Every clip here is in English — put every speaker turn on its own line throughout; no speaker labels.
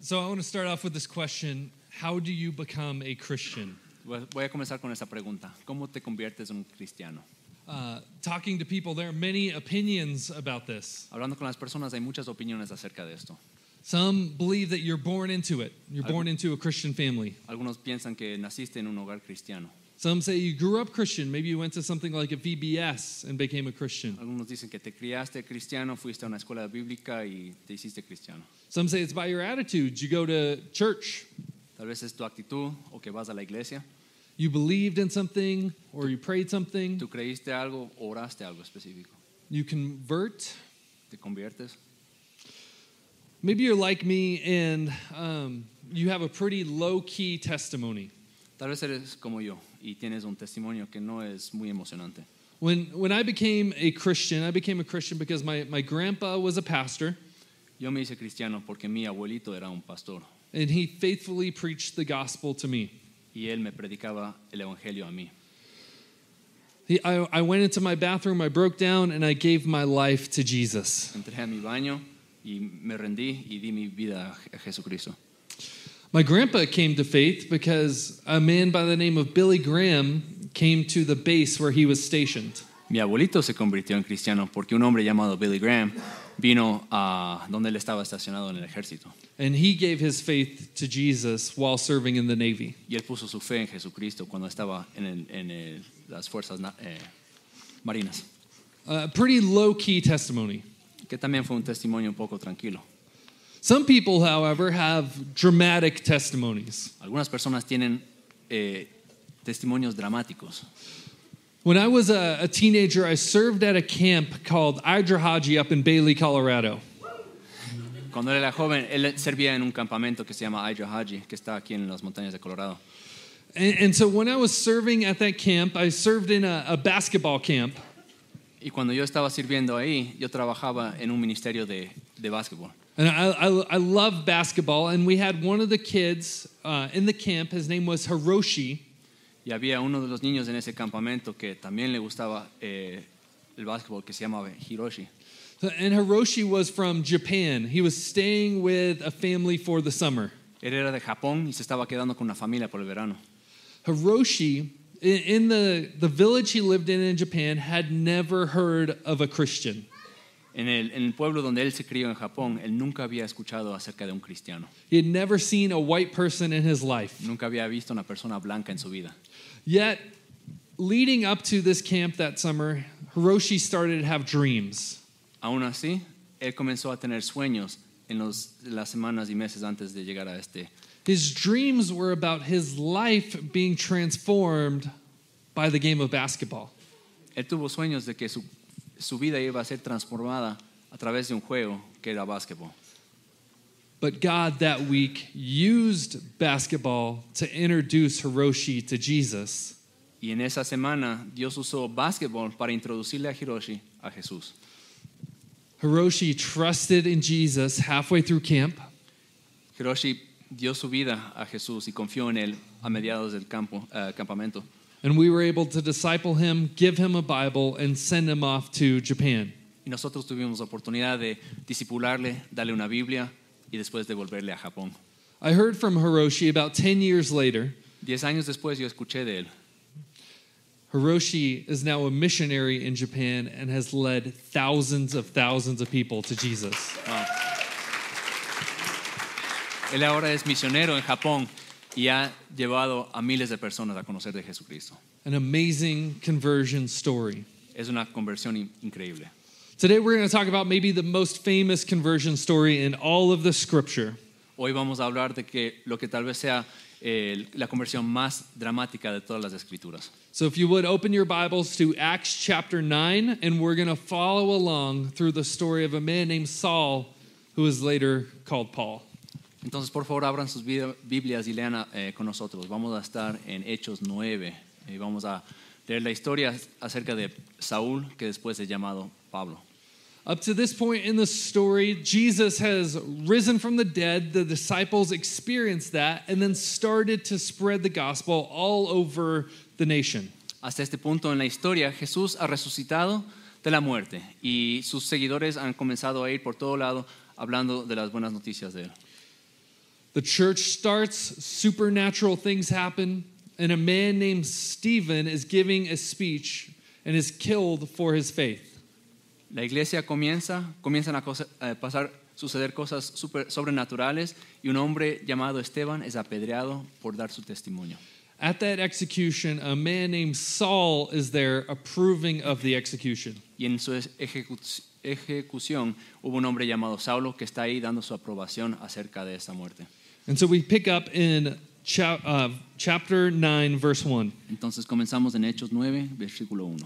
So I want to start off with this question How do you become a Christian?
Voy voy a comenzar con esa pregunta. ¿Cómo te conviertes en un cristiano?
Uh, talking to people, there are many opinions about this.
Hablando con las personas hay muchas opiniones acerca de esto.
Some believe that you're born into it, you're born into a Christian family.
Algunos piensan que naciste en un hogar cristiano.
Some say you grew up Christian, maybe you went to something like a VBS and became a Christian.
Algunos dicen que te criaste cristiano, fuiste a una escuela bíblica y te hiciste cristiano.
Some say it's by your attitude. You go to church,
Tal vez es tu actitud o que vas a la iglesia.
you believed in something, or you prayed something,
Tú creíste algo, oraste algo específico.
you convert.
Te conviertes.
Maybe you're like me and um, you have a pretty low key testimony.
Tal vez eres como yo y tienes un testimonio que no es muy emocionante.
When, when I became a Christian, I became a Christian because my, my grandpa was a pastor
Yo me hice cristiano porque mi abuelito era un pastor
and he faithfully preached the gospel to me.
y él me predicaba el evangelio a mí.
He, I, I went into my bathroom, I broke down, and I gave my life to Jesus.
Entré a mi baño y me rendí y di mi vida a Je- a Jesucristo.
My grandpa came to faith because a man by the name of Billy Graham came to the base where he was stationed.
Mi abuelito se convirtió en cristiano porque un hombre llamado Billy Graham vino a donde él estaba estacionado en el ejército
And he gave his faith to Jesus while serving in the Navy.
y él puso su fe en Jesucristo cuando estaba en, el- en el- las fuerzas na- eh, marinas,
A pretty low key testimony.
que también fue un testimonio un poco tranquilo.
Some people, however, have dramatic testimonies.
Algunas personas tienen eh, testimonios dramáticos.
When I was a, a teenager, I served at a camp called Idrahaji up in Bailey, Colorado.
Cuando él era joven, él servía en un campamento que se llama Haji, que está aquí en las montañas de Colorado.
And, and so when I was serving at that camp, I served in a, a basketball camp.
Y cuando yo estaba sirviendo ahí, yo trabajaba en un ministerio de, de básquetbol.
And I, I, I love basketball. And we had one of the kids uh, in the camp, his name was Hiroshi.
Y había uno de los niños en ese campamento que también le gustaba eh, el básquetbol, que se llamaba Hiroshi.
And Hiroshi was from Japan. He was staying with a family for the summer.
Él era de Japón y se estaba quedando con una familia por el verano.
Hiroshi, in, in the, the village he lived in in Japan, had never heard of a Christian.
En el, en el pueblo donde él se crió en Japón, él nunca había escuchado acerca de un cristiano.
He had never seen a white person in his life.
Nunca había visto una persona blanca en su vida.
Yet, leading up to this camp that summer, Hiroshi started to have dreams.
Aún así, él comenzó a tener sueños en los- las semanas y meses antes de llegar a este.
His dreams were about his life being transformed by the game of basketball.
Él tuvo sueños de que su, su vida iba a ser transformada a través de un juego que era básquetbol.
But God that week used basketball to introduce Hiroshi to Jesus.
Y en esa semana Dios usó básquetbol para introducirle a Hiroshi a Jesús.
Hiroshi trusted in Jesus halfway through camp.
Hiroshi dio su vida a Jesús y confió en él a mediados del campo, eh, campamento.
And we were able to disciple him, give him a Bible, and send him off to Japan.
Y nosotros tuvimos la oportunidad de discipularle, darle una Biblia y después devolverle a Japón.
I heard from Hiroshi about 10 years later.
Diez años después yo escuché de él.
Hiroshi is now a missionary in Japan and has led thousands of thousands of people to Jesus.
Él ahora es misionero en Japón y ha llevado a miles de personas a conocer de Jesucristo.
An amazing conversion story.
Es una conversión in- increíble.
Today we're going to talk about maybe the most famous conversion story in all of the scripture.
Hoy vamos a hablar de que lo que tal vez sea eh, la conversión más dramática de todas las escrituras.
So if you would open your Bibles to Acts chapter 9 and we're going to follow along through the story of a man named Saul who is later called Paul.
Entonces, por favor, abran sus bi- Biblias y lean a- eh, con nosotros. Vamos a estar en Hechos 9 y vamos a leer la historia acerca de Saúl, que después es llamado Pablo.
Up to this point in the story, Jesus has risen from the dead. The disciples experienced that and then started to spread the gospel all over the nation.
Hasta este punto en la historia, Jesús ha resucitado de la muerte y sus seguidores han comenzado a ir por todo lado hablando de las buenas noticias de él.
The church starts, supernatural things happen, and a man named Stephen is giving a speech and is killed for his faith.
La iglesia comienza, comienzan a, cosa- a pasar, suceder cosas super- sobrenaturales y un hombre llamado Esteban es apedreado por dar su testimonio.
At that execution, a man named Saul is there approving of the execution.
Y en su ex- ejecu- ejecución hubo un hombre llamado Saulo que está ahí dando su aprobación acerca de esta muerte.
And so we pick up in cha- uh, chapter 9, verse 1.
Entonces comenzamos en Hechos 9, versículo 1.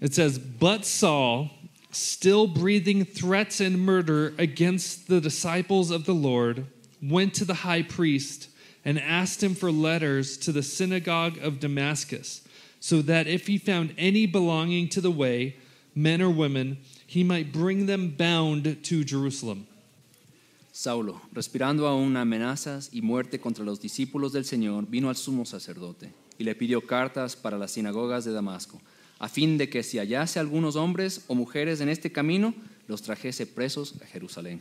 It says, But Saul, still breathing threats and murder against the disciples of the Lord, went to the high priest and asked him for letters to the synagogue of Damascus, so that if he found any belonging to the way, men or women, he might bring them bound to Jerusalem.
Saulo, respirando aún amenazas y muerte contra los discípulos del Señor, vino al sumo sacerdote y le pidió cartas para las sinagogas de Damasco, a fin de que si hallase algunos hombres o mujeres en este camino, los trajese presos a Jerusalén.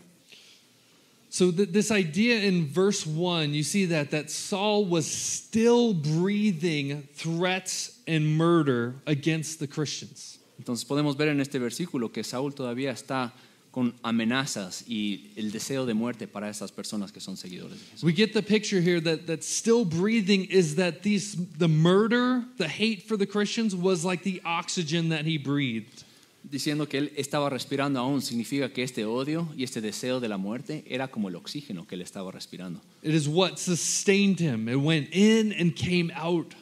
So th- this idea in verse 1, you see that that Saul was still breathing threats and murder against the Christians.
Entonces podemos ver en este versículo que Saúl todavía está con amenazas y el deseo de muerte para esas personas que son seguidores de Jesús.
We get the picture here that that still breathing is that these the murder, the hate for the Christians was like the oxygen that he breathed.
Diciendo que él estaba respirando aún significa que este odio y este deseo de la muerte era como el oxígeno que él estaba respirando.
It is what sustained him. It went in and came out.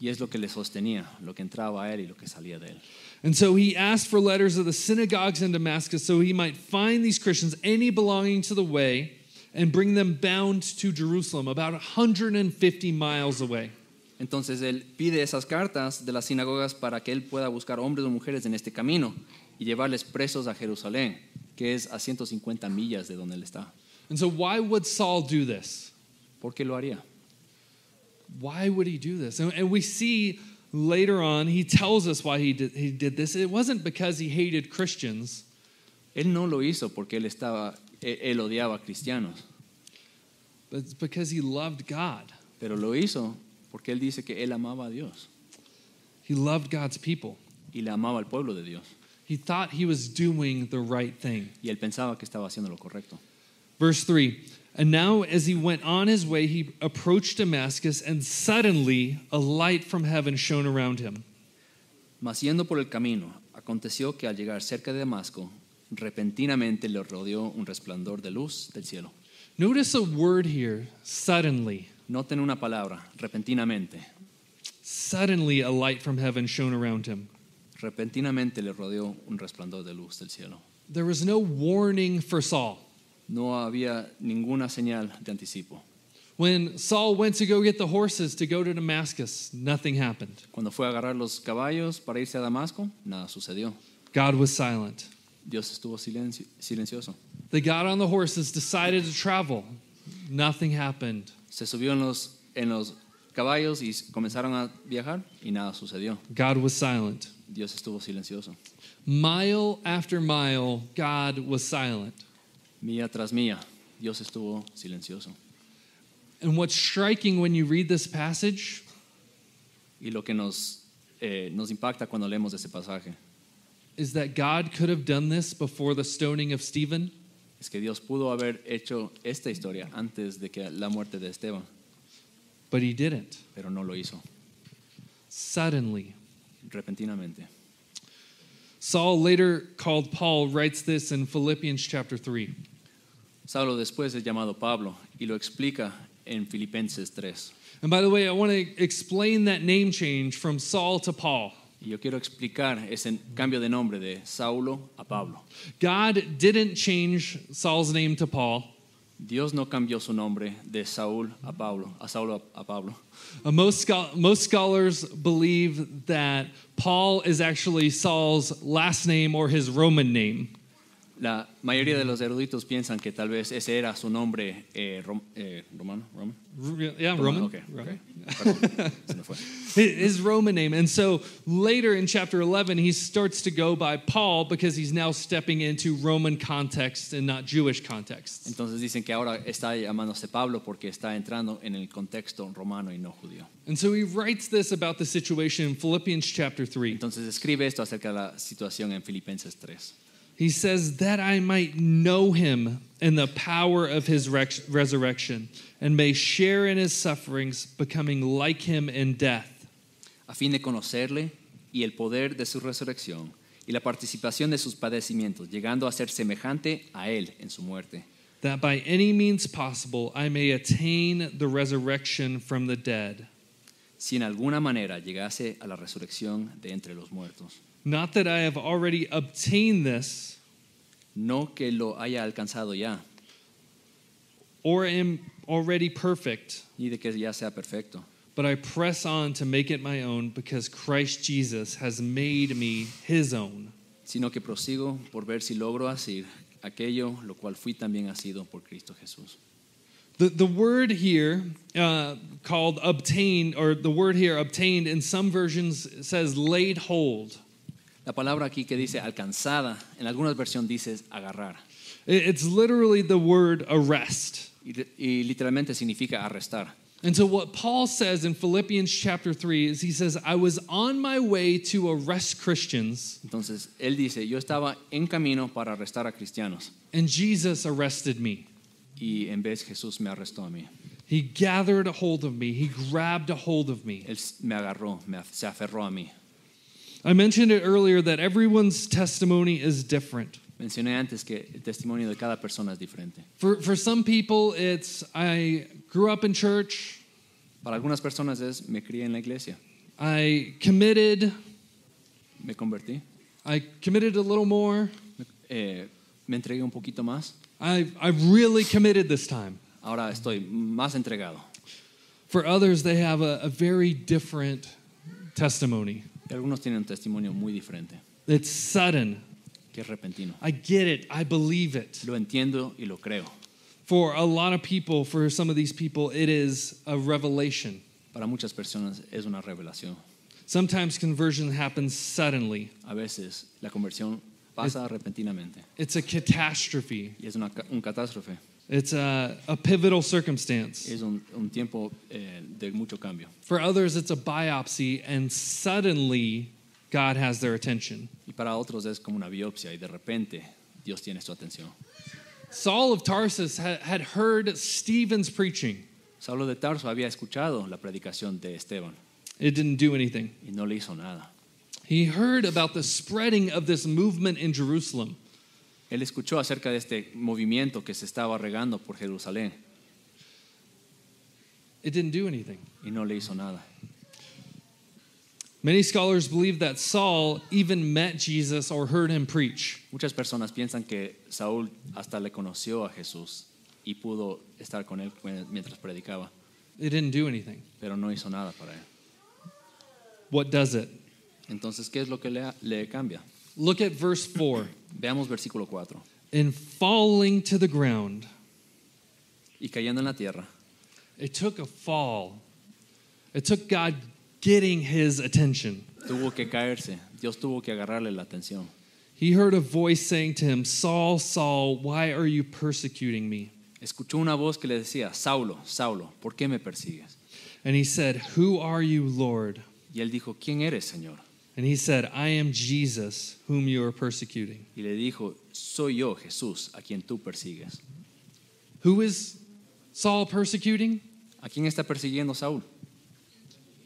Y es lo que le sostenía, lo que entraba a él y lo que salía de él.
And so he asked for letters of the synagogues in Damascus so he might find these Christians any belonging to the way and bring them bound to Jerusalem, about 150 miles away.
Entonces él pide esas cartas de las sinagogas para que él pueda buscar hombres o mujeres en este camino y llevarles presos a Jerusalén, que es a 150 millas de donde él está.
And so why would Saul do this?
¿Por qué lo haría?
why would he do this? And, and we see later on, he tells us why he did, he did this. It wasn't because he hated Christians,
Él no lo hizo porque él estaba, él, él odiaba a cristianos,
but it's because he loved God.
pero lo hizo porque él dice que él amaba a Dios
He loved God's people.
y le amaba al pueblo de Dios
He thought he was doing the right thing.
y él pensaba que estaba haciendo lo correcto.
Verse 3 And now, as he went on his way, he approached Damascus, and suddenly a light from heaven shone around him.
Mas yendo por el camino, aconteció que al llegar cerca de Damasco, repentinamente le rodeó un resplandor de luz del cielo.
Notice a word here suddenly.
Noten una palabra, repentinamente.
Suddenly, a light from heaven shone around him.
Repentinamente le rodeó un resplandor de luz del cielo.
There was no warning for Saul.
No había ninguna señal de anticipo.
When Saul went to go get the horses to go to Damascus, nothing happened.
Cuando fue a agarrar los caballos para irse a Damasco, nada sucedió.
God was silent.
Dios estuvo silencio- silencioso.
They got on the horses, decided to travel. Nothing happened.
Se subió en los, en los caballos y comenzaron a viajar y nada sucedió.
God was silent.
Dios estuvo silencioso.
Mile after mile, God was silent.
Mía tras mía, Dios estuvo silencioso.
And what's striking when you read this passage
Y lo que nos, eh, nos impacta cuando leemos ese pasaje
is that God could have done this before the stoning of Stephen,
es que Dios pudo haber hecho esta historia antes de que la muerte de Esteban,
but he didn't.
pero no lo hizo
Suddenly.
repentinamente.
Saul, later called Paul, writes this in Philippians chapter 3.
Saulo después es llamado Pablo y lo explica en Filipenses 3.
And by the way, I want to explain that name change from Saul to Paul.
Y yo quiero explicar ese cambio de nombre de Saulo a Pablo.
God didn't change Saul's name to Paul.
Dios no cambió su nombre de Saúl a Pablo, a Saulo a Pablo.
Uh, most, scho- most scholars believe that Paul is actually Saul's last name or his Roman name.
La mayoría de los eruditos piensan que tal vez ese era su nombre eh, rom- eh, romano. Roman?
Ru- Yeah, Roman.
Ok, ok.
Roman.
Perdón, se me fue.
Hi- His Roman name. And so later in chapter 11, he starts to go by Paul because he's now stepping into Roman context and not Jewish context.
Entonces dicen que ahora está llamándose Pablo porque está entrando en el contexto romano y no judío.
And so he writes this about the situation in Philippians chapter 3.
Entonces escribe esto acerca de la situación en Filipenses 3.
He says, That I might know him and the power of his rex- resurrection, and may share in his sufferings, becoming like him in death,
a fin de conocerle y el poder de su resurrección y la participación de sus padecimientos, llegando a ser semejante a él en su muerte,
that by any means possible I may attain the resurrection from the dead.
si en alguna manera llegase a la resurrección de entre los muertos.
Not that I have already obtained this
No que lo haya alcanzado ya,
or am already perfect,
ni de que ya sea perfecto,
but I press on to make it my own because Christ Jesus has made me his own.
sino que prosigo por ver si logro hacer aquello lo cual fui también asido por Cristo Jesús.
The, the word here uh, called obtain, or the word here obtained in some versions says laid hold.
La palabra aquí que dice alcanzada, en algunas versiones dice agarrar,
It- It's literally the word arrest.
y, y literalmente significa arrestar.
And so, what Paul says in Philippians chapter 3 is he says, I was on my way to arrest Christians,
Entonces él dice, yo estaba en camino para arrestar a cristianos
and Jesus arrested me.
y en vez Jesús me arrestó a mí.
He gathered a hold of me, he grabbed a hold of me.
Él me agarró, me af- se aferró a mí.
I mentioned it earlier that everyone's testimony is different.
Mencioné antes que el testimonio de cada persona es diferente.
For, for some people, it's I grew up in church.
Para algunas personas es, me crié en la iglesia,
I committed.
me convertí,
I committed a little more.
me, eh, me entregué un poquito más,
I, I really committed this time.
ahora estoy más entregado.
For others, they have a, a very different testimony.
Y algunos tienen un testimonio muy diferente,
It's sudden.
que es repentino.
I get it. I believe it.
Lo entiendo y lo creo.
For a lot of people, for some of these people, it is a revelation.
Para muchas personas es una revelación.
Sometimes conversion happens suddenly,
A veces la conversión pasa repentinamente
it's a catastrophe,
y es una ca- un catástrofe.
it's a, a pivotal circumstance.
Es un, un tiempo eh, de mucho cambio.
For others, it's a biopsy, and suddenly God has their attention.
Y para otros es como una biopsia y de repente Dios tiene su atención.
Saul of Tarsus ha- had heard Stephen's preaching.
Saulo de Tarso había escuchado la predicación de Esteban
It didn't do anything.
y no le hizo nada.
He heard about the spreading of this movement in Jerusalem.
Él escuchó acerca de este movimiento que se estaba regando por Jerusalén
It didn't do anything.
y no le hizo nada.
Many scholars believe that Saul even met Jesus or heard him preach.
Muchas personas piensan que Saúl hasta le conoció a Jesús y pudo estar con él mientras predicaba,
It didn't do anything.
pero no hizo nada para él.
What does it?
Entonces, ¿qué es lo que le, le cambia?
Look at verse 4.
Veamos versículo 4.
In falling to the ground,
Y cayendo en la tierra,
it took a fall, it took God getting his attention.
Tuvo que caerse. Dios tuvo que agarrarle la atención.
He heard a voice saying to him, Saul, Saul, why are you persecuting me?
Escuchó una voz que le decía, Saulo, Saulo, ¿por qué me persigues?
And he said, Who are you, Lord?
Y él dijo, ¿quién eres, Señor?
And he said, I am Jesus, whom you are persecuting.
Y le dijo, soy yo, Jesús, a quien tú persigues.
Who is Saul persecuting?
¿A quién está persiguiendo Saúl?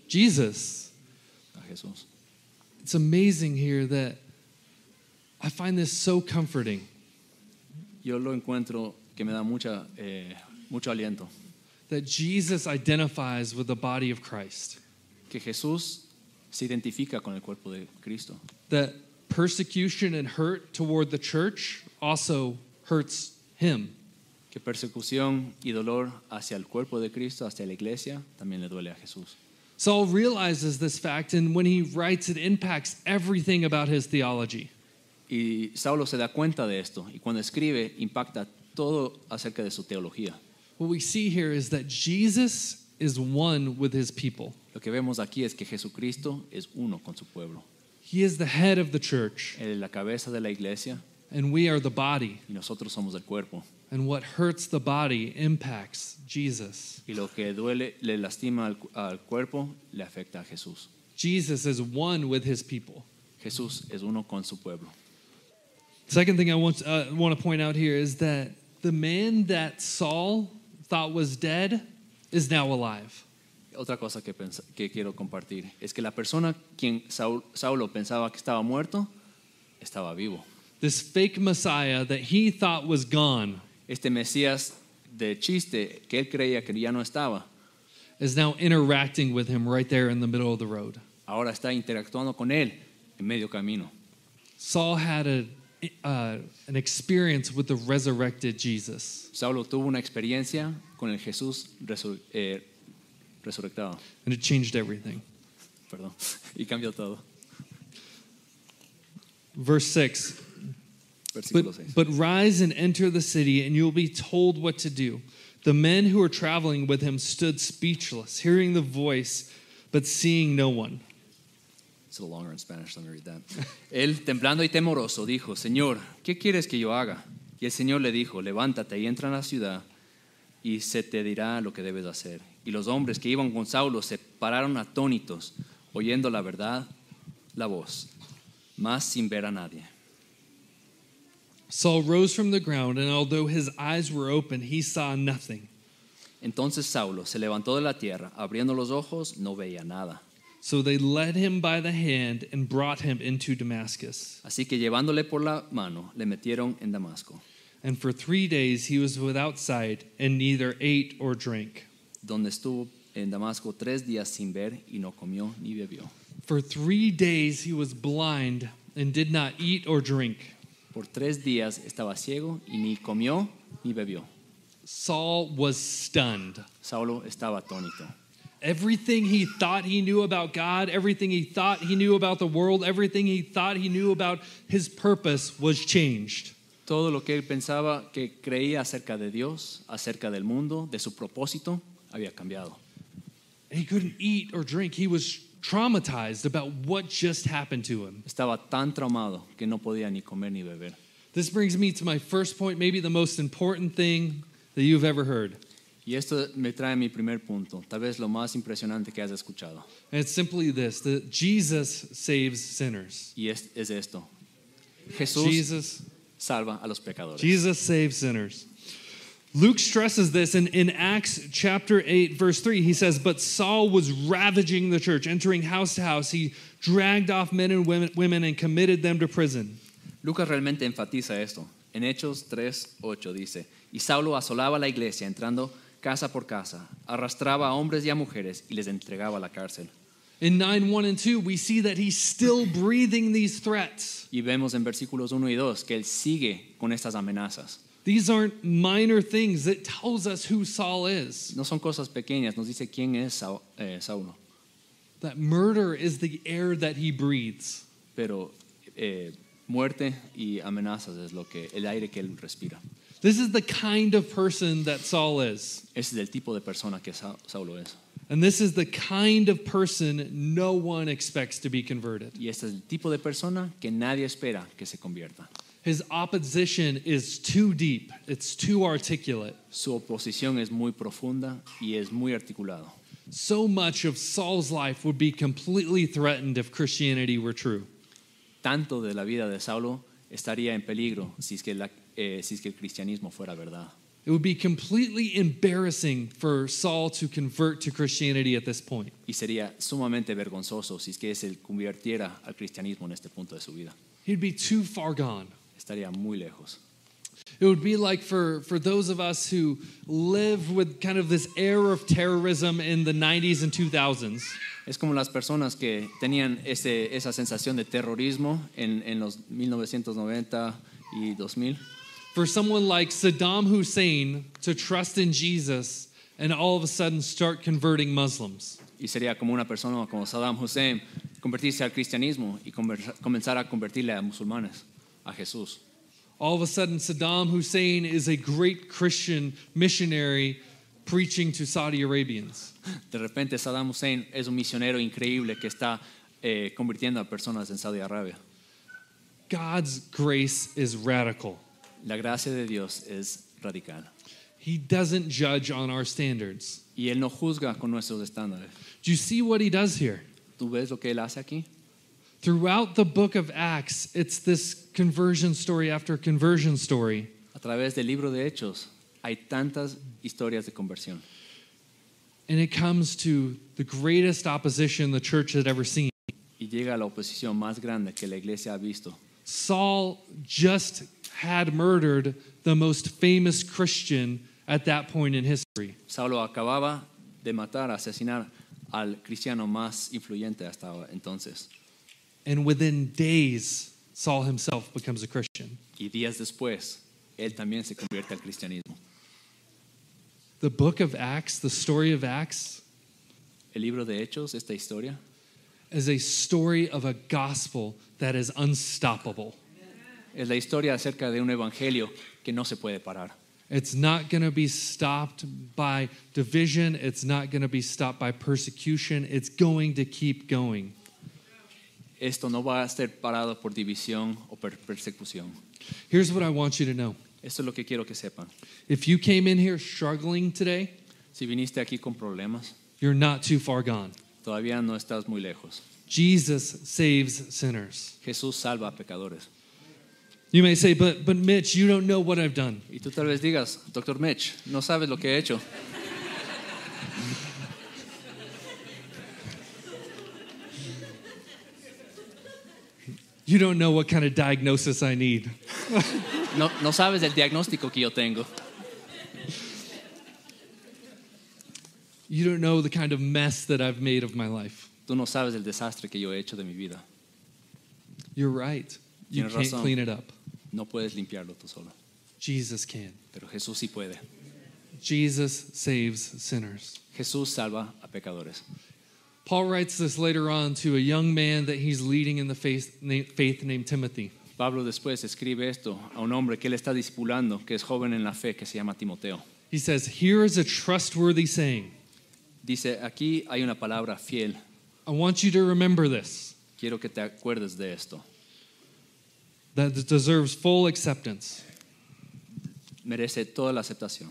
Jesus.
A Jesús.
It's amazing here that I find this so comforting
Yo lo encuentro que me da mucha, eh, mucho aliento.
that Jesus identifies with the body of Christ,
Que Jesús se identifica con el cuerpo de Cristo.
that persecution and hurt toward the church also hurts him.
Que persecución y dolor hacia el cuerpo de Cristo, hacia la iglesia, también le duele a Jesús.
Saul realizes this fact, and when he writes, it impacts everything about his theology.
Y Saulo se da cuenta de esto y cuando escribe impacta todo acerca de su teología.
What we see here is that Jesus is one with his people.
Lo que vemos aquí es que Jesucristo es uno con su pueblo.
He is the head of the church,
Él es la cabeza de la iglesia
and we are the body.
y nosotros somos el cuerpo.
And what hurts the body impacts Jesus.
Y lo que duele le lastima al, cu- al cuerpo le afecta a Jesús.
Jesus is one with his people.
Jesús es uno con su pueblo.
Second thing I want, uh, want to point out here is that the man that Saul thought was dead is now alive.
Otra cosa que, pens- que quiero compartir es que la persona quien Saul- Saulo pensaba que estaba muerto, estaba vivo.
This fake Messiah that he thought was gone
Este Mesías de chiste que él creía que ya no estaba,
is now interacting with him right there in the middle of the road.
ahora está interactuando con él en medio camino.
Saul had a, uh, an experience with the resurrected Jesus,
Saulo tuvo una experiencia con el Jesús resur- eh, resurrectado
and it changed everything.
perdón, y cambió todo.
Verse 6
Versículo
but,
6.
but rise and enter the city, and you will be told what to do. The men who were traveling with him stood speechless, hearing the voice, but seeing no one.
It's a little longer in Spanish, let me read that. Él, temblando y temoroso, dijo, Señor, ¿qué quieres que yo haga? Y el Señor le dijo, levántate y entra en la ciudad y se te dirá lo que debes hacer. Y los hombres que iban con Saulo se pararon atónitos, oyendo la verdad, la voz, mas sin ver a nadie.
Saul rose from the ground, and although his eyes were open, he saw nothing.
Entonces Saulo se levantó de la tierra, abriendo los ojos, no veía nada.
So they led him by the hand and brought him into Damascus.
Así que llevándole por la mano, le metieron en Damasco,
And for three days he was without sight and neither ate or drank.
donde estuvo en Damasco tres días sin ver y no comió ni bebió.
For three days he was blind and did not eat or drink.
Por tres días estaba ciego y ni comió ni bebió.
Saul was stunned.
Saulo estaba atónito.
Everything he thought he knew about God, everything he thought he knew about the world, everything he thought he knew about his purpose was changed.
Todo lo que él pensaba, que creía acerca de Dios, acerca del mundo, de su propósito, había cambiado.
He couldn't eat or drink. He was traumatized about what just happened to him.
Estaba tan traumado que no podía ni comer ni beber.
This brings me to my first point, maybe the most important thing that you've ever heard.
Y esto me trae a mi primer punto, tal vez lo más impresionante que has escuchado.
And it's simply this that Jesus saves sinners.
Y es, es esto. Jesús
Jesus
salva a los pecadores.
Jesus saves sinners. Luke stresses this in, in Acts chapter 8, verse 3. He says, But Saul was ravaging the church, entering house to house. He dragged off men and women, women and committed them to prison.
Lucas realmente enfatiza esto. En Hechos 3:8 dice, y Saulo asolaba la iglesia entrando casa por casa, arrastraba a hombres y a mujeres y les entregaba a la cárcel.
In 9 1 and 2, we see that he's still breathing these threats.
Y vemos en versículos 1 y 2 que él sigue con estas amenazas.
These aren't minor things. It tells us who Saul is.
No son cosas pequeñas, nos dice quién es Sau- eh, Saulo,
That murder is the air that he breathes.
pero eh, muerte y amenazas es lo que el aire que él respira.
This is the kind of person that Saul is.
Ese es el tipo de persona que Sa- Saulo es.
And this is the kind of person no one expects to be converted.
Y este es el tipo de persona que nadie espera que se convierta.
His opposition is too deep, it's too articulate.
Su oposición es muy profunda y es muy articulado.
So much of Saul's life would be completely threatened if Christianity were true.
Tanto de la vida de Saulo estaría en peligro si es que, la- eh, si es que el cristianismo fuera verdad.
It would be completely embarrassing for Saul to convert to Christianity at this point.
Y sería sumamente vergonzoso si es que se convirtiera al cristianismo en este punto de su vida.
He'd be too far gone.
Estaría muy lejos.
It would be like for, for those of us who live with kind of this air of terrorism in the 90s and 2000s.
Es como las personas que tenían ese- esa sensación de terrorismo en, en los 1990 y 2000.
For someone like Saddam Hussein to trust in Jesus and all of a sudden start converting Muslims.
Y sería como una persona como Saddam Hussein convertirse al cristianismo y conversa- comenzar a convertirle a musulmanes. a Jesús.
All of a sudden, Saddam Hussein is a great Christian missionary preaching to Saudi Arabians.
De repente Saddam Hussein es un misionero increíble que está eh, convirtiendo a personas en Saudi Arabia.
God's grace is radical.
La gracia de Dios es radical
He doesn't judge on our standards.
y Él no juzga con nuestros estándares.
Do you see what he does here?
¿Tú ves lo que Él hace aquí?
Throughout the book of Acts, it's this conversion story after conversion story.
A través del libro de Hechos hay tantas historias de conversión
And it comes to the greatest opposition the church had ever seen.
y llega a la oposición más grande que la iglesia ha visto.
Saul just had murdered the most famous Christian at that point in history.
Saulo acababa de matar, asesinar al cristiano más influyente hasta entonces.
And within days, Saul himself becomes a Christian.
Y días después, él también se convierte al cristianismo.
The book of Acts, the story of Acts,
El libro de Hechos, esta historia,
is a story of a gospel that is unstoppable.
es la historia acerca de un evangelio que no se puede parar.
It's not going to be stopped by division. It's not going to be stopped by persecution. It's going to keep going.
Esto no va a ser parado por división o por persecución.
Here's what I want you to know
Esto es lo que quiero que sepan.
if you came in here struggling today,
Si viniste aquí con problemas,
you're not too far gone.
todavía no estás muy lejos.
Jesus saves sinners.
Jesús salva a pecadores.
You may say, but, but Mitch, you don't know what I've done.
Y tú tal vez digas, doctor Mitch, no sabes lo que he hecho.
You don't know what kind of diagnosis I need.
No, no sabes el diagnóstico que yo tengo.
You don't know the kind of mess that I've made of my life.
Tú no sabes el desastre que yo he hecho de mi vida.
You're right. You
Tienes
can't
razón.
clean it up.
No puedes limpiarlo tú solo.
Jesus can.
Pero Jesús sí puede.
Jesus saves sinners.
Jesús salva a pecadores.
Paul writes this later on to a young man that he's leading in the faith, na- faith named Timothy.
Pablo después escribe esto a un hombre que él está discipulando, que es joven en la fe, que se llama Timoteo.
He says, Here is a trustworthy saying.
Dice, aquí hay una palabra fiel.
I want you to remember this
Quiero que te acuerdes de esto.
that deserves full acceptance.
Merece toda la aceptación.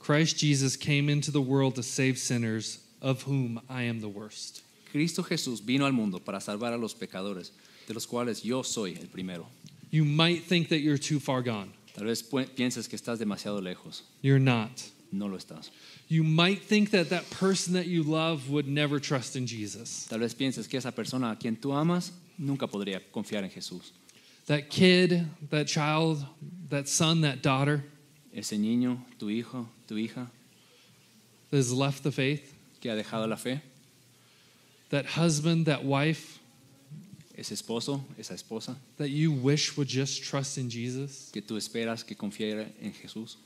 Christ Jesus came into the world to save sinners, of whom I am the worst.
Cristo Jesús vino al mundo para salvar a los pecadores, de los cuales yo soy el primero.
You might think that you're too far gone.
Tal vez pu- pienses que estás demasiado lejos.
You're not.
No lo estás.
You might think that that person that you love would never trust in Jesus.
Tal vez pienses que esa persona a quien tú amas nunca podría confiar en Jesús.
That kid, that child, that son, that daughter
Ese niño, tu hijo, tu hija,
that has left the faith,
que ha dejado la fe,
that husband, that wife
ese esposo, esa esposa,
that you wish would just trust in Jesus,
que tú esperas que confiara en Jesús,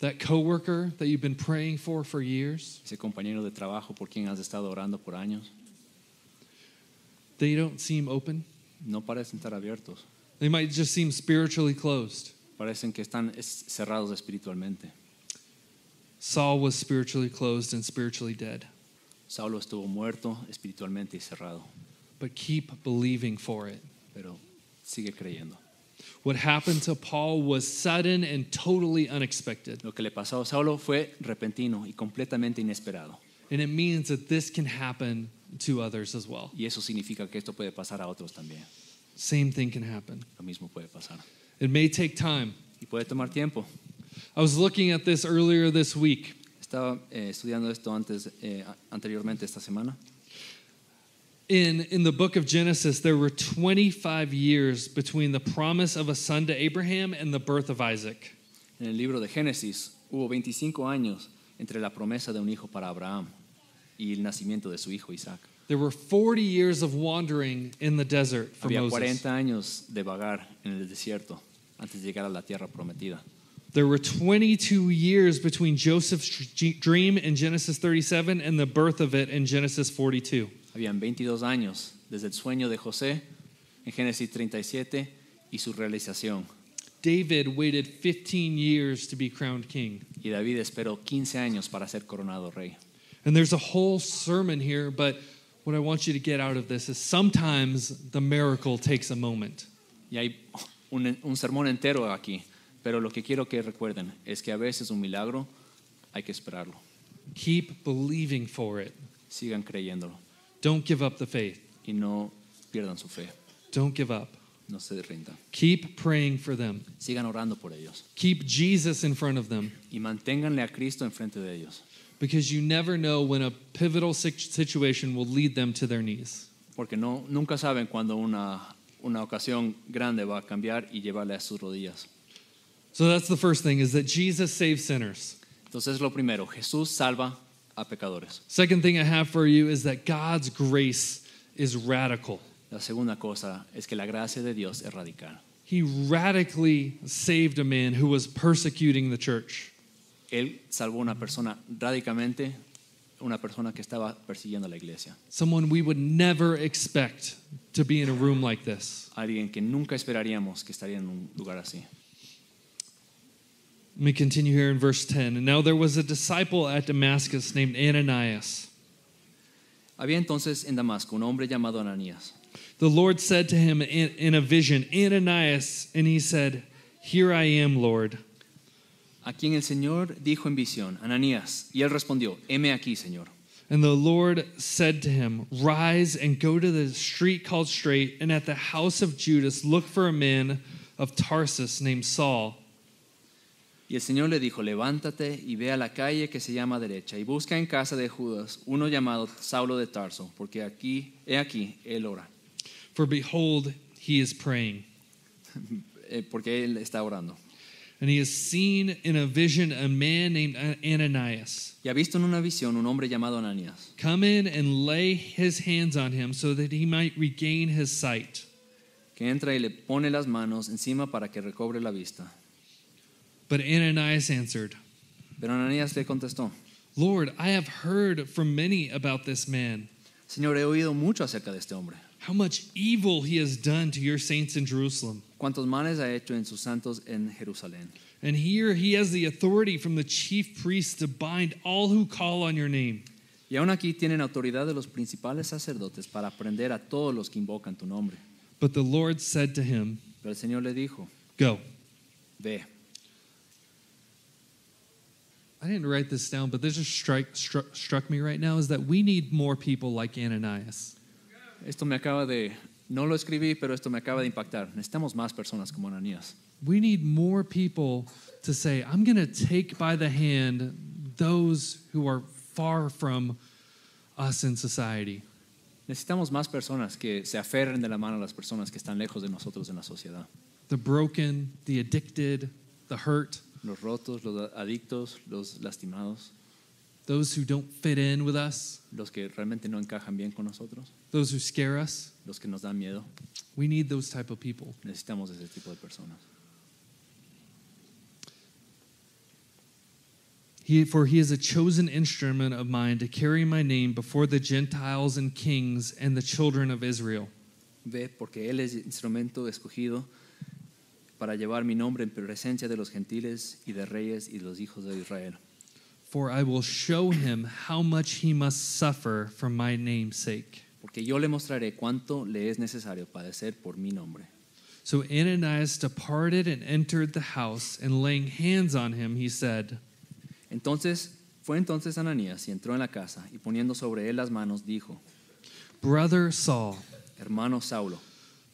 that coworker that you've been praying for for years,
ese compañero de trabajo por quien has estado orando por años,
they don't seem open.
no parecen estar abiertos.
They might just seem spiritually closed.
Parecen que están es- cerrados espiritualmente.
Saul was spiritually closed and spiritually dead,
Saulo estuvo muerto espiritualmente y cerrado,
but keep believing for it.
pero sigue creyendo.
What happened to Paul was sudden and totally unexpected.
Lo que le pasó a Saulo fue repentino y completamente inesperado.
And it means that this can happen to others as well.
Y eso significa que esto puede pasar a otros también.
Same thing can happen.
Lo mismo puede pasar.
It may take time.
Y puede tomar tiempo.
I was looking at this earlier this week.
Estaba eh, estudiando esto antes, eh, a- anteriormente esta semana.
In, in the book of Genesis, there were 25 years between the promise of a son to Abraham and the birth of Isaac.
En el libro de Génesis hubo 25 años entre la promesa de un hijo para Abraham y el nacimiento de su hijo Isaac.
There were 40 years of wandering in the desert for
Había
Moses.
40 años de vagar en el desierto antes de llegar a la tierra prometida.
There were 22 years between Joseph's dr- dream in Genesis 37 and the birth of it in Genesis 42.
Habían 22 años desde el sueño de José en Génesis 37 y su realización.
David waited 15 years to be crowned king.
Y David esperó 15 años para ser coronado rey.
And there's a whole sermon here, but what I want you to get out of this is sometimes the miracle takes a moment.
Y hay un, un sermón entero aquí, pero lo que quiero que recuerden es que a veces un milagro hay que esperarlo.
Keep believing for it.
Sigan creyéndolo
Don't give up the faith.
y no pierdan su fe,
Don't give up.
no se rindan.
Keep praying for them.
Sigan orando por ellos
Keep Jesus in front of them
y manténganle a Cristo enfrente de ellos,
because you never know when a pivotal sit- situation will lead them to their knees.
porque no, nunca saben cuándo una, una ocasión grande va a cambiar y llevarle a sus rodillas.
So that's the first thing is that Jesus saves sinners.
Entonces lo primero, Jesús salva a pecadores.
Second thing I have for you is that God's grace is radical.
La segunda cosa es que la gracia de Dios es radical.
He radically saved a man who was persecuting the church.
Él salvó a una persona radicalmente, una persona que estaba persiguiendo a la iglesia.
Someone we would never expect to be in a room like this.
Alguien que nunca esperaríamos que estaría en un lugar así.
Let me continue here in verse 10. And now there was a disciple at Damascus named Ananias.
Había entonces en Damasco un hombre llamado Ananías.
The Lord said to him in, in a vision, Ananias, and he said, Here I am, Lord.
a quien el Señor dijo en visión, Ananías, y él respondió, heme aquí, Señor.
And the Lord said to him, Rise and go to the street called Straight, and at the house of Judas look for a man of Tarsus named Saul.
Y el Señor le dijo, levántate y ve a la calle que se llama derecha, y busca en casa de Judas uno llamado Saulo de Tarso, porque aquí, he aquí, él ora,
For behold, he is praying.
eh, porque él está orando.
And he has seen in a vision a man named An- Ananias
Y ha visto en una visión un hombre llamado Ananías,
come in and lay his hands on him so that he might regain his sight.
que entra y le pone las manos encima para que recobre la vista.
But Ananias answered,
Pero Ananías le contestó,
Lord, I have heard from many about this man,
Señor, he oído mucho acerca de este hombre,
how much evil he has done to your saints in Jerusalem.
cuántos males ha hecho en sus santos en Jerusalén.
And here he has the authority from the chief priests to bind all who call on your name.
Y aún aquí tienen autoridad de los principales sacerdotes para prender a todos los que invocan tu nombre.
But the Lord said to him,
Pero el Señor le dijo,
Go.
ve.
I didn't write this down, but this just strike, struck, struck me right now is that we need more people like Ananias.
Esto me acaba de, no lo escribí, pero esto me acaba de impactar. Necesitamos más personas como Ananías.
We need more people to say, I'm going to take by the hand those who are far from us in society.
Necesitamos más personas que se aferren de la mano a las personas que están lejos de nosotros en la sociedad.
The broken, the addicted, the hurt,
Los rotos, los adictos, los lastimados,
those who don't fit in with us,
los que realmente no encajan bien con nosotros,
those who scare us.
los que nos dan miedo.
We need those type of people.
Necesitamos ese tipo de personas.
He, for he is a chosen instrument of mine to carry my name before the Gentiles and kings and the children of Israel.
Ve, porque Él es instrumento escogido para llevar mi nombre en presencia de los gentiles y de reyes y de los hijos de Israel.
For I will show him how much he must suffer for my name's sake.
Porque yo le mostraré cuánto le es necesario padecer por mi nombre.
So Ananias departed and entered the house, and laying hands on him, he said,
Entonces fue entonces Ananías y entró en la casa y poniendo sobre él las manos dijo,
Brother Saul,
hermano Saulo,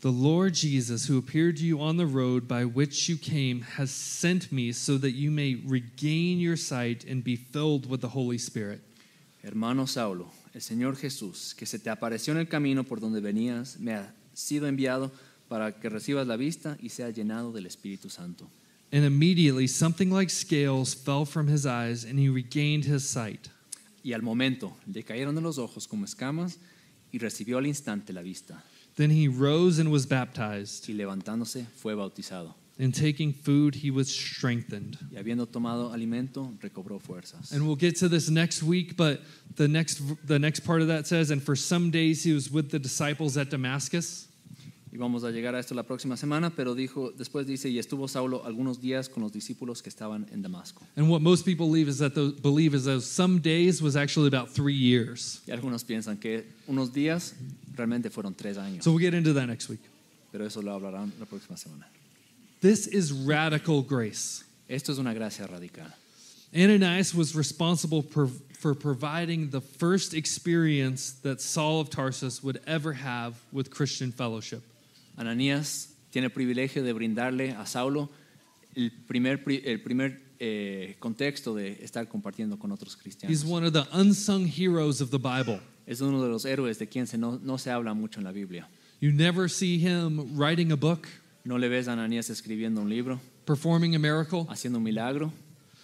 the Lord Jesus, who appeared to you on the road by which you came, has sent me so that you may regain your sight and be filled with the Holy Spirit.
hermano Saulo, el Señor Jesús, que se te apareció en el camino por donde venías, me ha sido enviado para que recibas la vista y sea llenado del Espíritu Santo.
And immediately something like scales fell from his eyes, and he regained his sight.
Y al momento le cayeron de los ojos como escamas y recibió al instante la vista.
Then he rose and was baptized,
Y levantándose fue bautizado.
and taking food, he was strengthened.
Y habiendo tomado alimento, recobró fuerzas.
And we'll get to this next week, but the next the next part of that says, and for some days he was with the disciples at Damascus.
Y vamos a llegar a esto la próxima semana, pero dijo, después dice, y estuvo Saulo algunos días con los discípulos que estaban en Damasco.
And what most people believe is that those, believe is that some days was actually about three years.
Y algunos piensan que unos días realmente fueron tres años,
So we'll get into that next week.
pero eso lo hablarán la próxima semana.
This is radical grace.
Esto es una gracia radical.
Ananias was responsible for, for providing the first experience that Saul of Tarsus would ever have with Christian fellowship.
Ananías tiene el privilegio de brindarle a Saulo el primer, pri- el primer eh, contexto de estar compartiendo con otros
He's
cristianos.
one of the unsung heroes of the Bible.
Es uno de los héroes de quien se no, no se habla mucho en la Biblia.
You never see him writing a book,
No le ves a Ananías escribiendo un libro,
performing a miracle,
haciendo un milagro,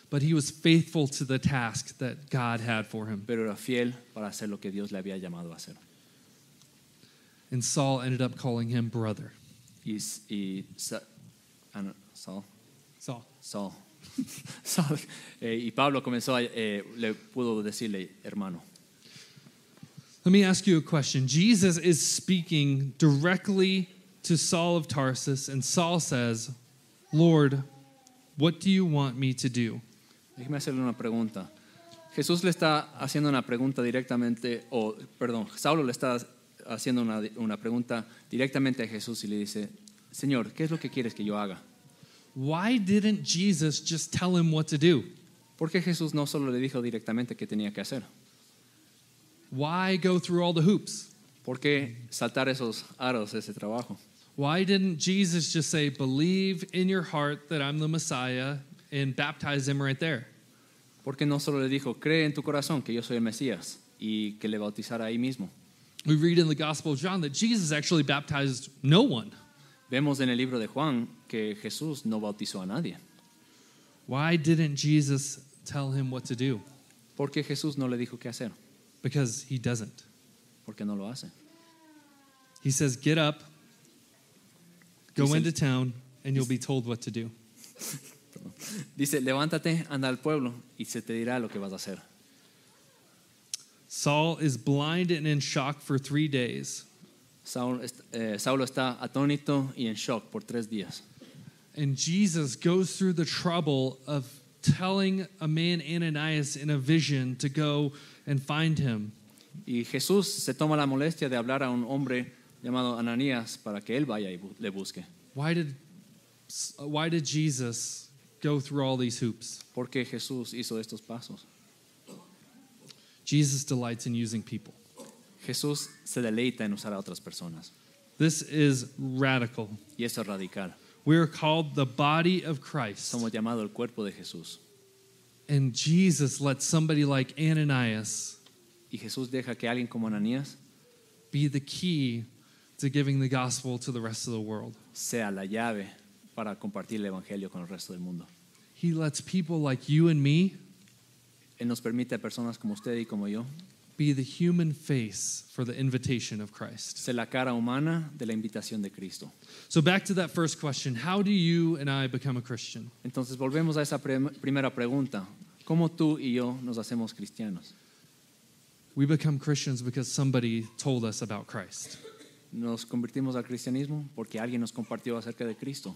but he was faithful to the task that God had for him.
pero era fiel para hacer lo que Dios le había llamado a hacer.
And Saul ended up calling him brother.
Y, s- y Sa- ah, Ana- Saul,
Saul.
Saul, Saul, eh, y Pablo comenzó a, eh, le pudo decirle hermano.
Let me ask you a question. Jesus is speaking directly to Saul of Tarsus, and Saul says, Lord, what do you want me to do?
Déjeme hacerle una pregunta. Jesús le está haciendo una pregunta directamente, o perdón, Saulo le está haciendo una, una pregunta directamente a Jesús y le dice, Señor, ¿qué es lo que quieres que yo haga?
Why didn't Jesus just tell him what to do?
Porque Jesús no solo le dijo directamente qué tenía que hacer,
Why go through all the hoops?
¿por qué saltar esos aros, ese trabajo?
Why didn't Jesus just say, Believe in your heart that I'm the Messiah and baptize him right there?
Porque no solo le dijo, cree en tu corazón que yo soy el Mesías y que le bautizara ahí mismo.
We read in the Gospel of John that Jesus actually baptized no one.
Vemos en el libro de Juan que Jesús no bautizó a nadie,
Why didn't Jesus tell him what to do?
porque Jesús no le dijo qué hacer,
Because he doesn't.
porque no lo hace.
He says, Get up, go
Dice-
into town, and you'll be told what to do.
Dice, levántate, anda al pueblo y se te dirá lo que vas a hacer.
Saul is blind and in shock for three days.
Saul est- eh, Saulo está atónito y en shock por tres días.
And Jesus goes through the trouble of telling a man, Ananias, in a vision to go and find him.
Y Jesús se toma la molestia de hablar a un hombre llamado Ananías para que él vaya y bu- le busque.
Why did, why did Jesus go through all these hoops?
Porque Jesús hizo estos pasos.
Jesus delights in using people.
Jesús se deleita en usar a otras personas.
This is radical.
Y eso es radical.
We are called the body of Christ.
Somos llamados el cuerpo de Jesús.
And Jesus lets somebody like Ananias
Y Jesús deja que alguien como Ananías
be the key to giving the gospel to the rest of the world.
sea la llave para compartir el Evangelio con el resto del mundo.
He lets people like you and me
Él nos permite a personas como usted y como yo
be the human face for the invitation of Christ.
ser la cara humana de la invitación de Cristo.
So, back to that first question how do you and I become a Christian?
Entonces volvemos a esa prim- primera pregunta. ¿Cómo tú y yo nos hacemos cristianos?
We become Christians because somebody told us about Christ.
Nos convertimos al cristianismo porque alguien nos compartió acerca de Cristo.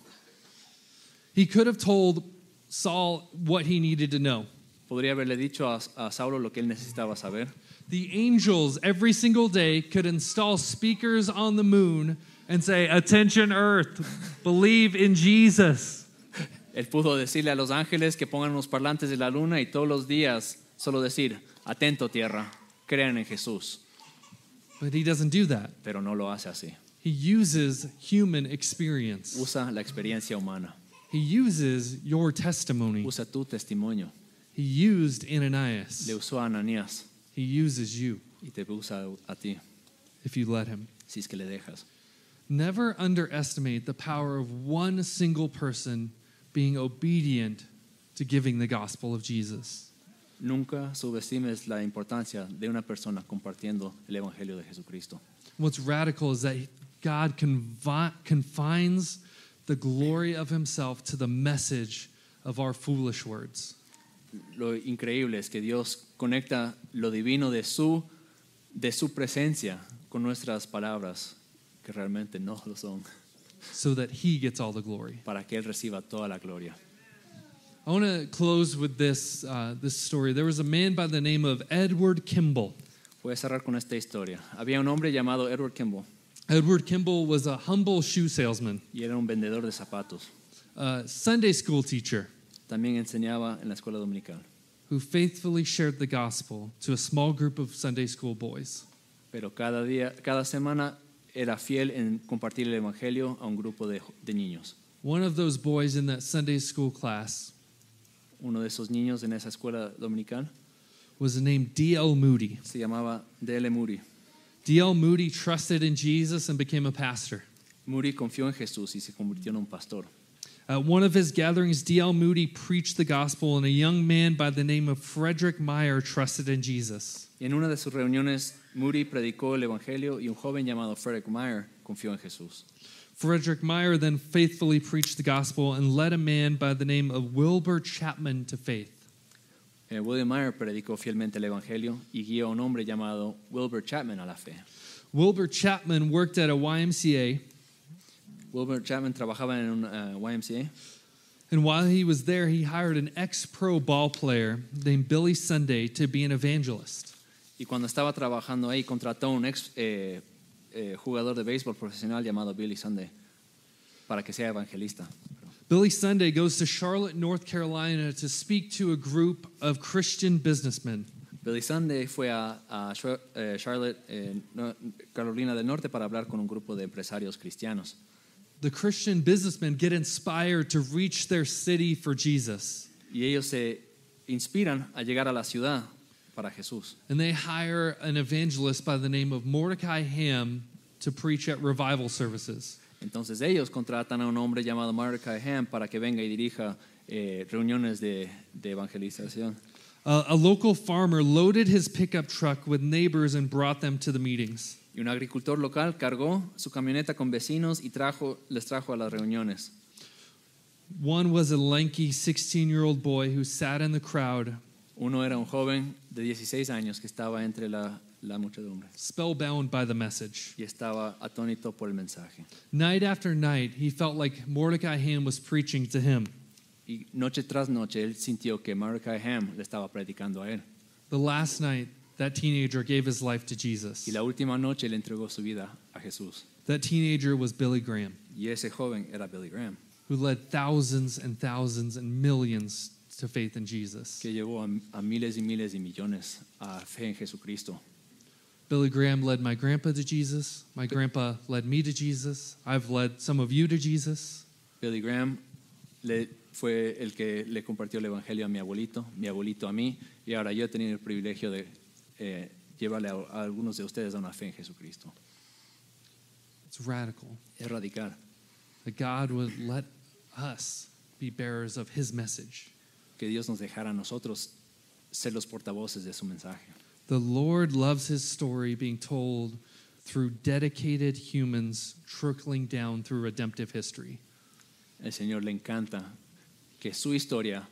He could have told Saul what he needed to know.
Podría haberle dicho a, a Saulo lo que él necesitaba saber.
The angels every single day could install speakers on the moon and say, Attention, earth, believe in Jesus.
Él pudo decirle a los ángeles que pongan unos parlantes de la luna y todos los días solo decir, atento tierra, crean en Jesús.
But he doesn't do that.
Pero no lo hace así.
He uses human experience,
Usa la experiencia humana.
he uses your testimony.
Usa tu testimonio.
He used
Le
Ananias.
usó a Ananías
He uses you
y te usa a ti,
if you let him.
si es que le dejas.
Never underestimate the power of one single person being obedient to giving the gospel of Jesus.
Nunca subestimes la importancia de una persona compartiendo el Evangelio de Jesucristo.
What's radical is that God confi- confines the glory of himself to the message of our foolish words.
Lo increíble es que Dios conecta lo divino de su, de su presencia con nuestras palabras que realmente no lo son,
so that he gets all the glory.
para que Él reciba toda la gloria.
I want to close with this, uh, this story. There was a man by the name of Edward Kimball.
Voy a cerrar con esta historia. Había un hombre llamado Edward Kimball
Edward Kimball was a humble shoe salesman,
y era un vendedor de zapatos.
a Sunday school teacher
También enseñaba en la escuela dominical,
who faithfully shared the gospel to a small group of Sunday school boys.
pero cada día, cada semana era fiel en compartir el evangelio a un grupo de, jo- de niños.
One of those boys in that Sunday school class
Uno de esos niños en esa escuela dominical
was named D.L. Moody.
se llamaba D.L. Moody.
D.L. Moody trusted in Jesus and became a pastor.
Moody confió en Jesús y se convirtió en un pastor.
At one of his gatherings, D.L. Moody preached the gospel, and a young man by the name of Frederick Meyer trusted in Jesus.
Y en una de sus reuniones, Moody predicó el evangelio y un joven llamado Frederick Meyer confió en Jesús.
Frederick Meyer then faithfully preached the gospel and led a man by the name of Wilbur Chapman to faith.
Eh, William Meyer predicó fielmente el evangelio y guió a un hombre llamado Wilbur Chapman a la fe.
Wilbur Chapman worked at a YMCA,
Wilbur Chapman trabajaba en un eh, YMCA
and while he was there, he hired an ex pro ball player named Billy Sunday to be an evangelist.
y cuando estaba trabajando ahí contrató a un ex eh, eh, jugador de béisbol profesional llamado Billy Sunday para que sea evangelista.
Billy Sunday goes to Charlotte, North Carolina to speak to a group of Christian businessmen.
Billy Sunday fue a, a Shar- eh, Charlotte, eh, no- Carolina del Norte, para hablar con un grupo de empresarios cristianos.
The Christian businessmen get inspired to reach their city for Jesus,
Y ellos se inspiran a llegar a la ciudad para Jesús.
and they hire an evangelist by the name of Mordecai Ham to preach at revival services.
Entonces ellos contratan a un hombre llamado Mordecai Ham para que venga y dirija eh, reuniones de, de evangelización.
A- a local farmer loaded his pickup truck with neighbors and brought them to the meetings.
Y un agricultor local cargó su camioneta con vecinos y trajo, les trajo a las reuniones.
One was a lanky 16 year old boy who sat in the crowd,
Uno era un joven de 16 años que estaba entre la, la muchedumbre
spellbound by the message.
y estaba atónito por el mensaje.
Night after night, he felt like Mordecai Ham was preaching to him.
Y noche tras noche él sintió que Mordecai Ham le estaba predicando a él.
The last night, that teenager gave his life to Jesus.
Y la última noche le entregó su vida a Jesús.
That teenager was Billy Graham,
Y ese joven era Billy Graham,
who led thousands and thousands and millions to faith in Jesus.
que llevó a, a miles y miles y millones a fe en Jesucristo.
Billy Graham led my grandpa to Jesus. My grandpa led me to Jesus. I've led some of you to Jesus.
Billy Graham le- fue el que le compartió el Evangelio a mi abuelito, mi abuelito a mí, y ahora yo he tenido el privilegio de eh, llevarle a, a algunos de ustedes a una fe en Jesucristo.
It's radical
Es radical,
that God would let us be bearers of his message.
que Dios nos dejara a nosotros ser los portavoces de su mensaje.
The Lord loves his story being told through dedicated humans trickling down through redemptive history.
El Señor le encanta que su historia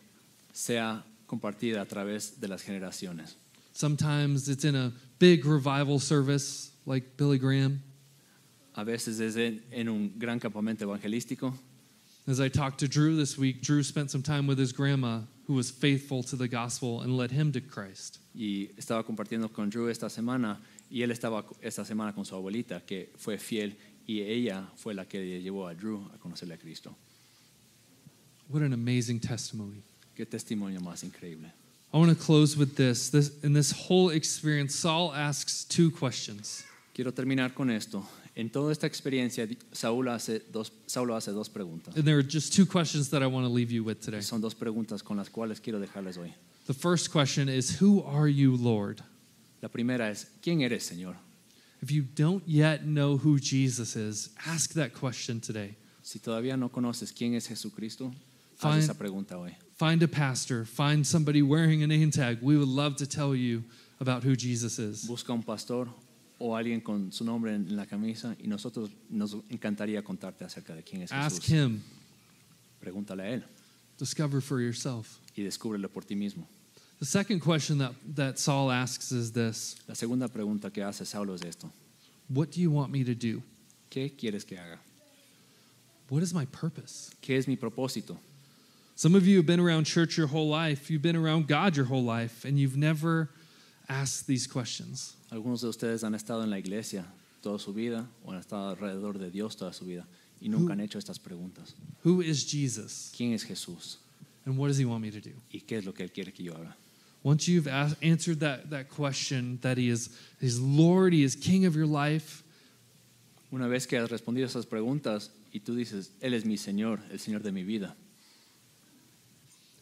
sea compartida a través de las generaciones.
Sometimes it's in a big revival service like Billy Graham.
A veces es en, en un gran campamento evangelístico.
As I talked to Drew this week, Drew spent some time with his grandma, who was faithful to the gospel and led him to Christ.
Y estaba compartiendo con Drew esta semana y él estaba co- esta semana con su abuelita que fue fiel y ella fue la que le llevó a Drew a conocerle a Cristo.
What an amazing testimony.
Qué testimonio más increíble.
I want to close with this. this. In this whole experience, Saul asks two questions.
Quiero terminar con esto. En toda esta experiencia, di- Saúl hace dos, Saulo hace dos preguntas.
And there are just two questions that I want to leave you with today.
Son dos preguntas con las cuales quiero dejarles hoy.
The first question is Who are you, Lord?
La primera es, ¿quién eres, Señor?
If you don't yet know who Jesus is, ask that question today.
Si todavía no conoces quién es Jesucristo,
Fine.
haz esa pregunta hoy.
Find a pastor, find somebody wearing a name tag. We would love to tell you about who Jesus is.
Busca un pastor o alguien con su nombre en la camisa y nosotros nos encantaría contarte acerca de quién es
Ask
Jesús.
him,
Pregúntale a él
discover for yourself.
y descúbrelo por ti mismo.
The second question that, that Saul asks is this
La segunda pregunta que hace Saulo es esto.
What do you want me to do?
¿Qué quieres que haga?
What is my purpose?
¿Qué es mi propósito?
Some of you have been around church your whole life, you've been around God your whole life, and you've never asked these questions.
Algunos de ustedes han estado en la iglesia toda su vida o han estado alrededor de Dios toda su vida y nunca han hecho estas preguntas.
Who is Jesus?
¿Quién es Jesús?
And what does he want me to do?
¿Y qué es lo que Él quiere que yo haga?
Once you've asked, answered that, that question that he is he's Lord, he is king of your life,
Una vez que has respondido esas preguntas y tú dices, Él es mi Señor, el Señor de mi vida,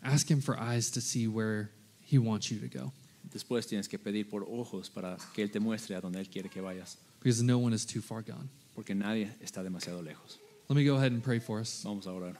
ask him for eyes to see where he wants you to go.
después tienes que pedir por ojos para que Él te muestre a donde Él quiere que vayas,
Because no one is too far gone.
porque nadie está demasiado lejos.
Let me go ahead and pray for us.
Vamos a orar.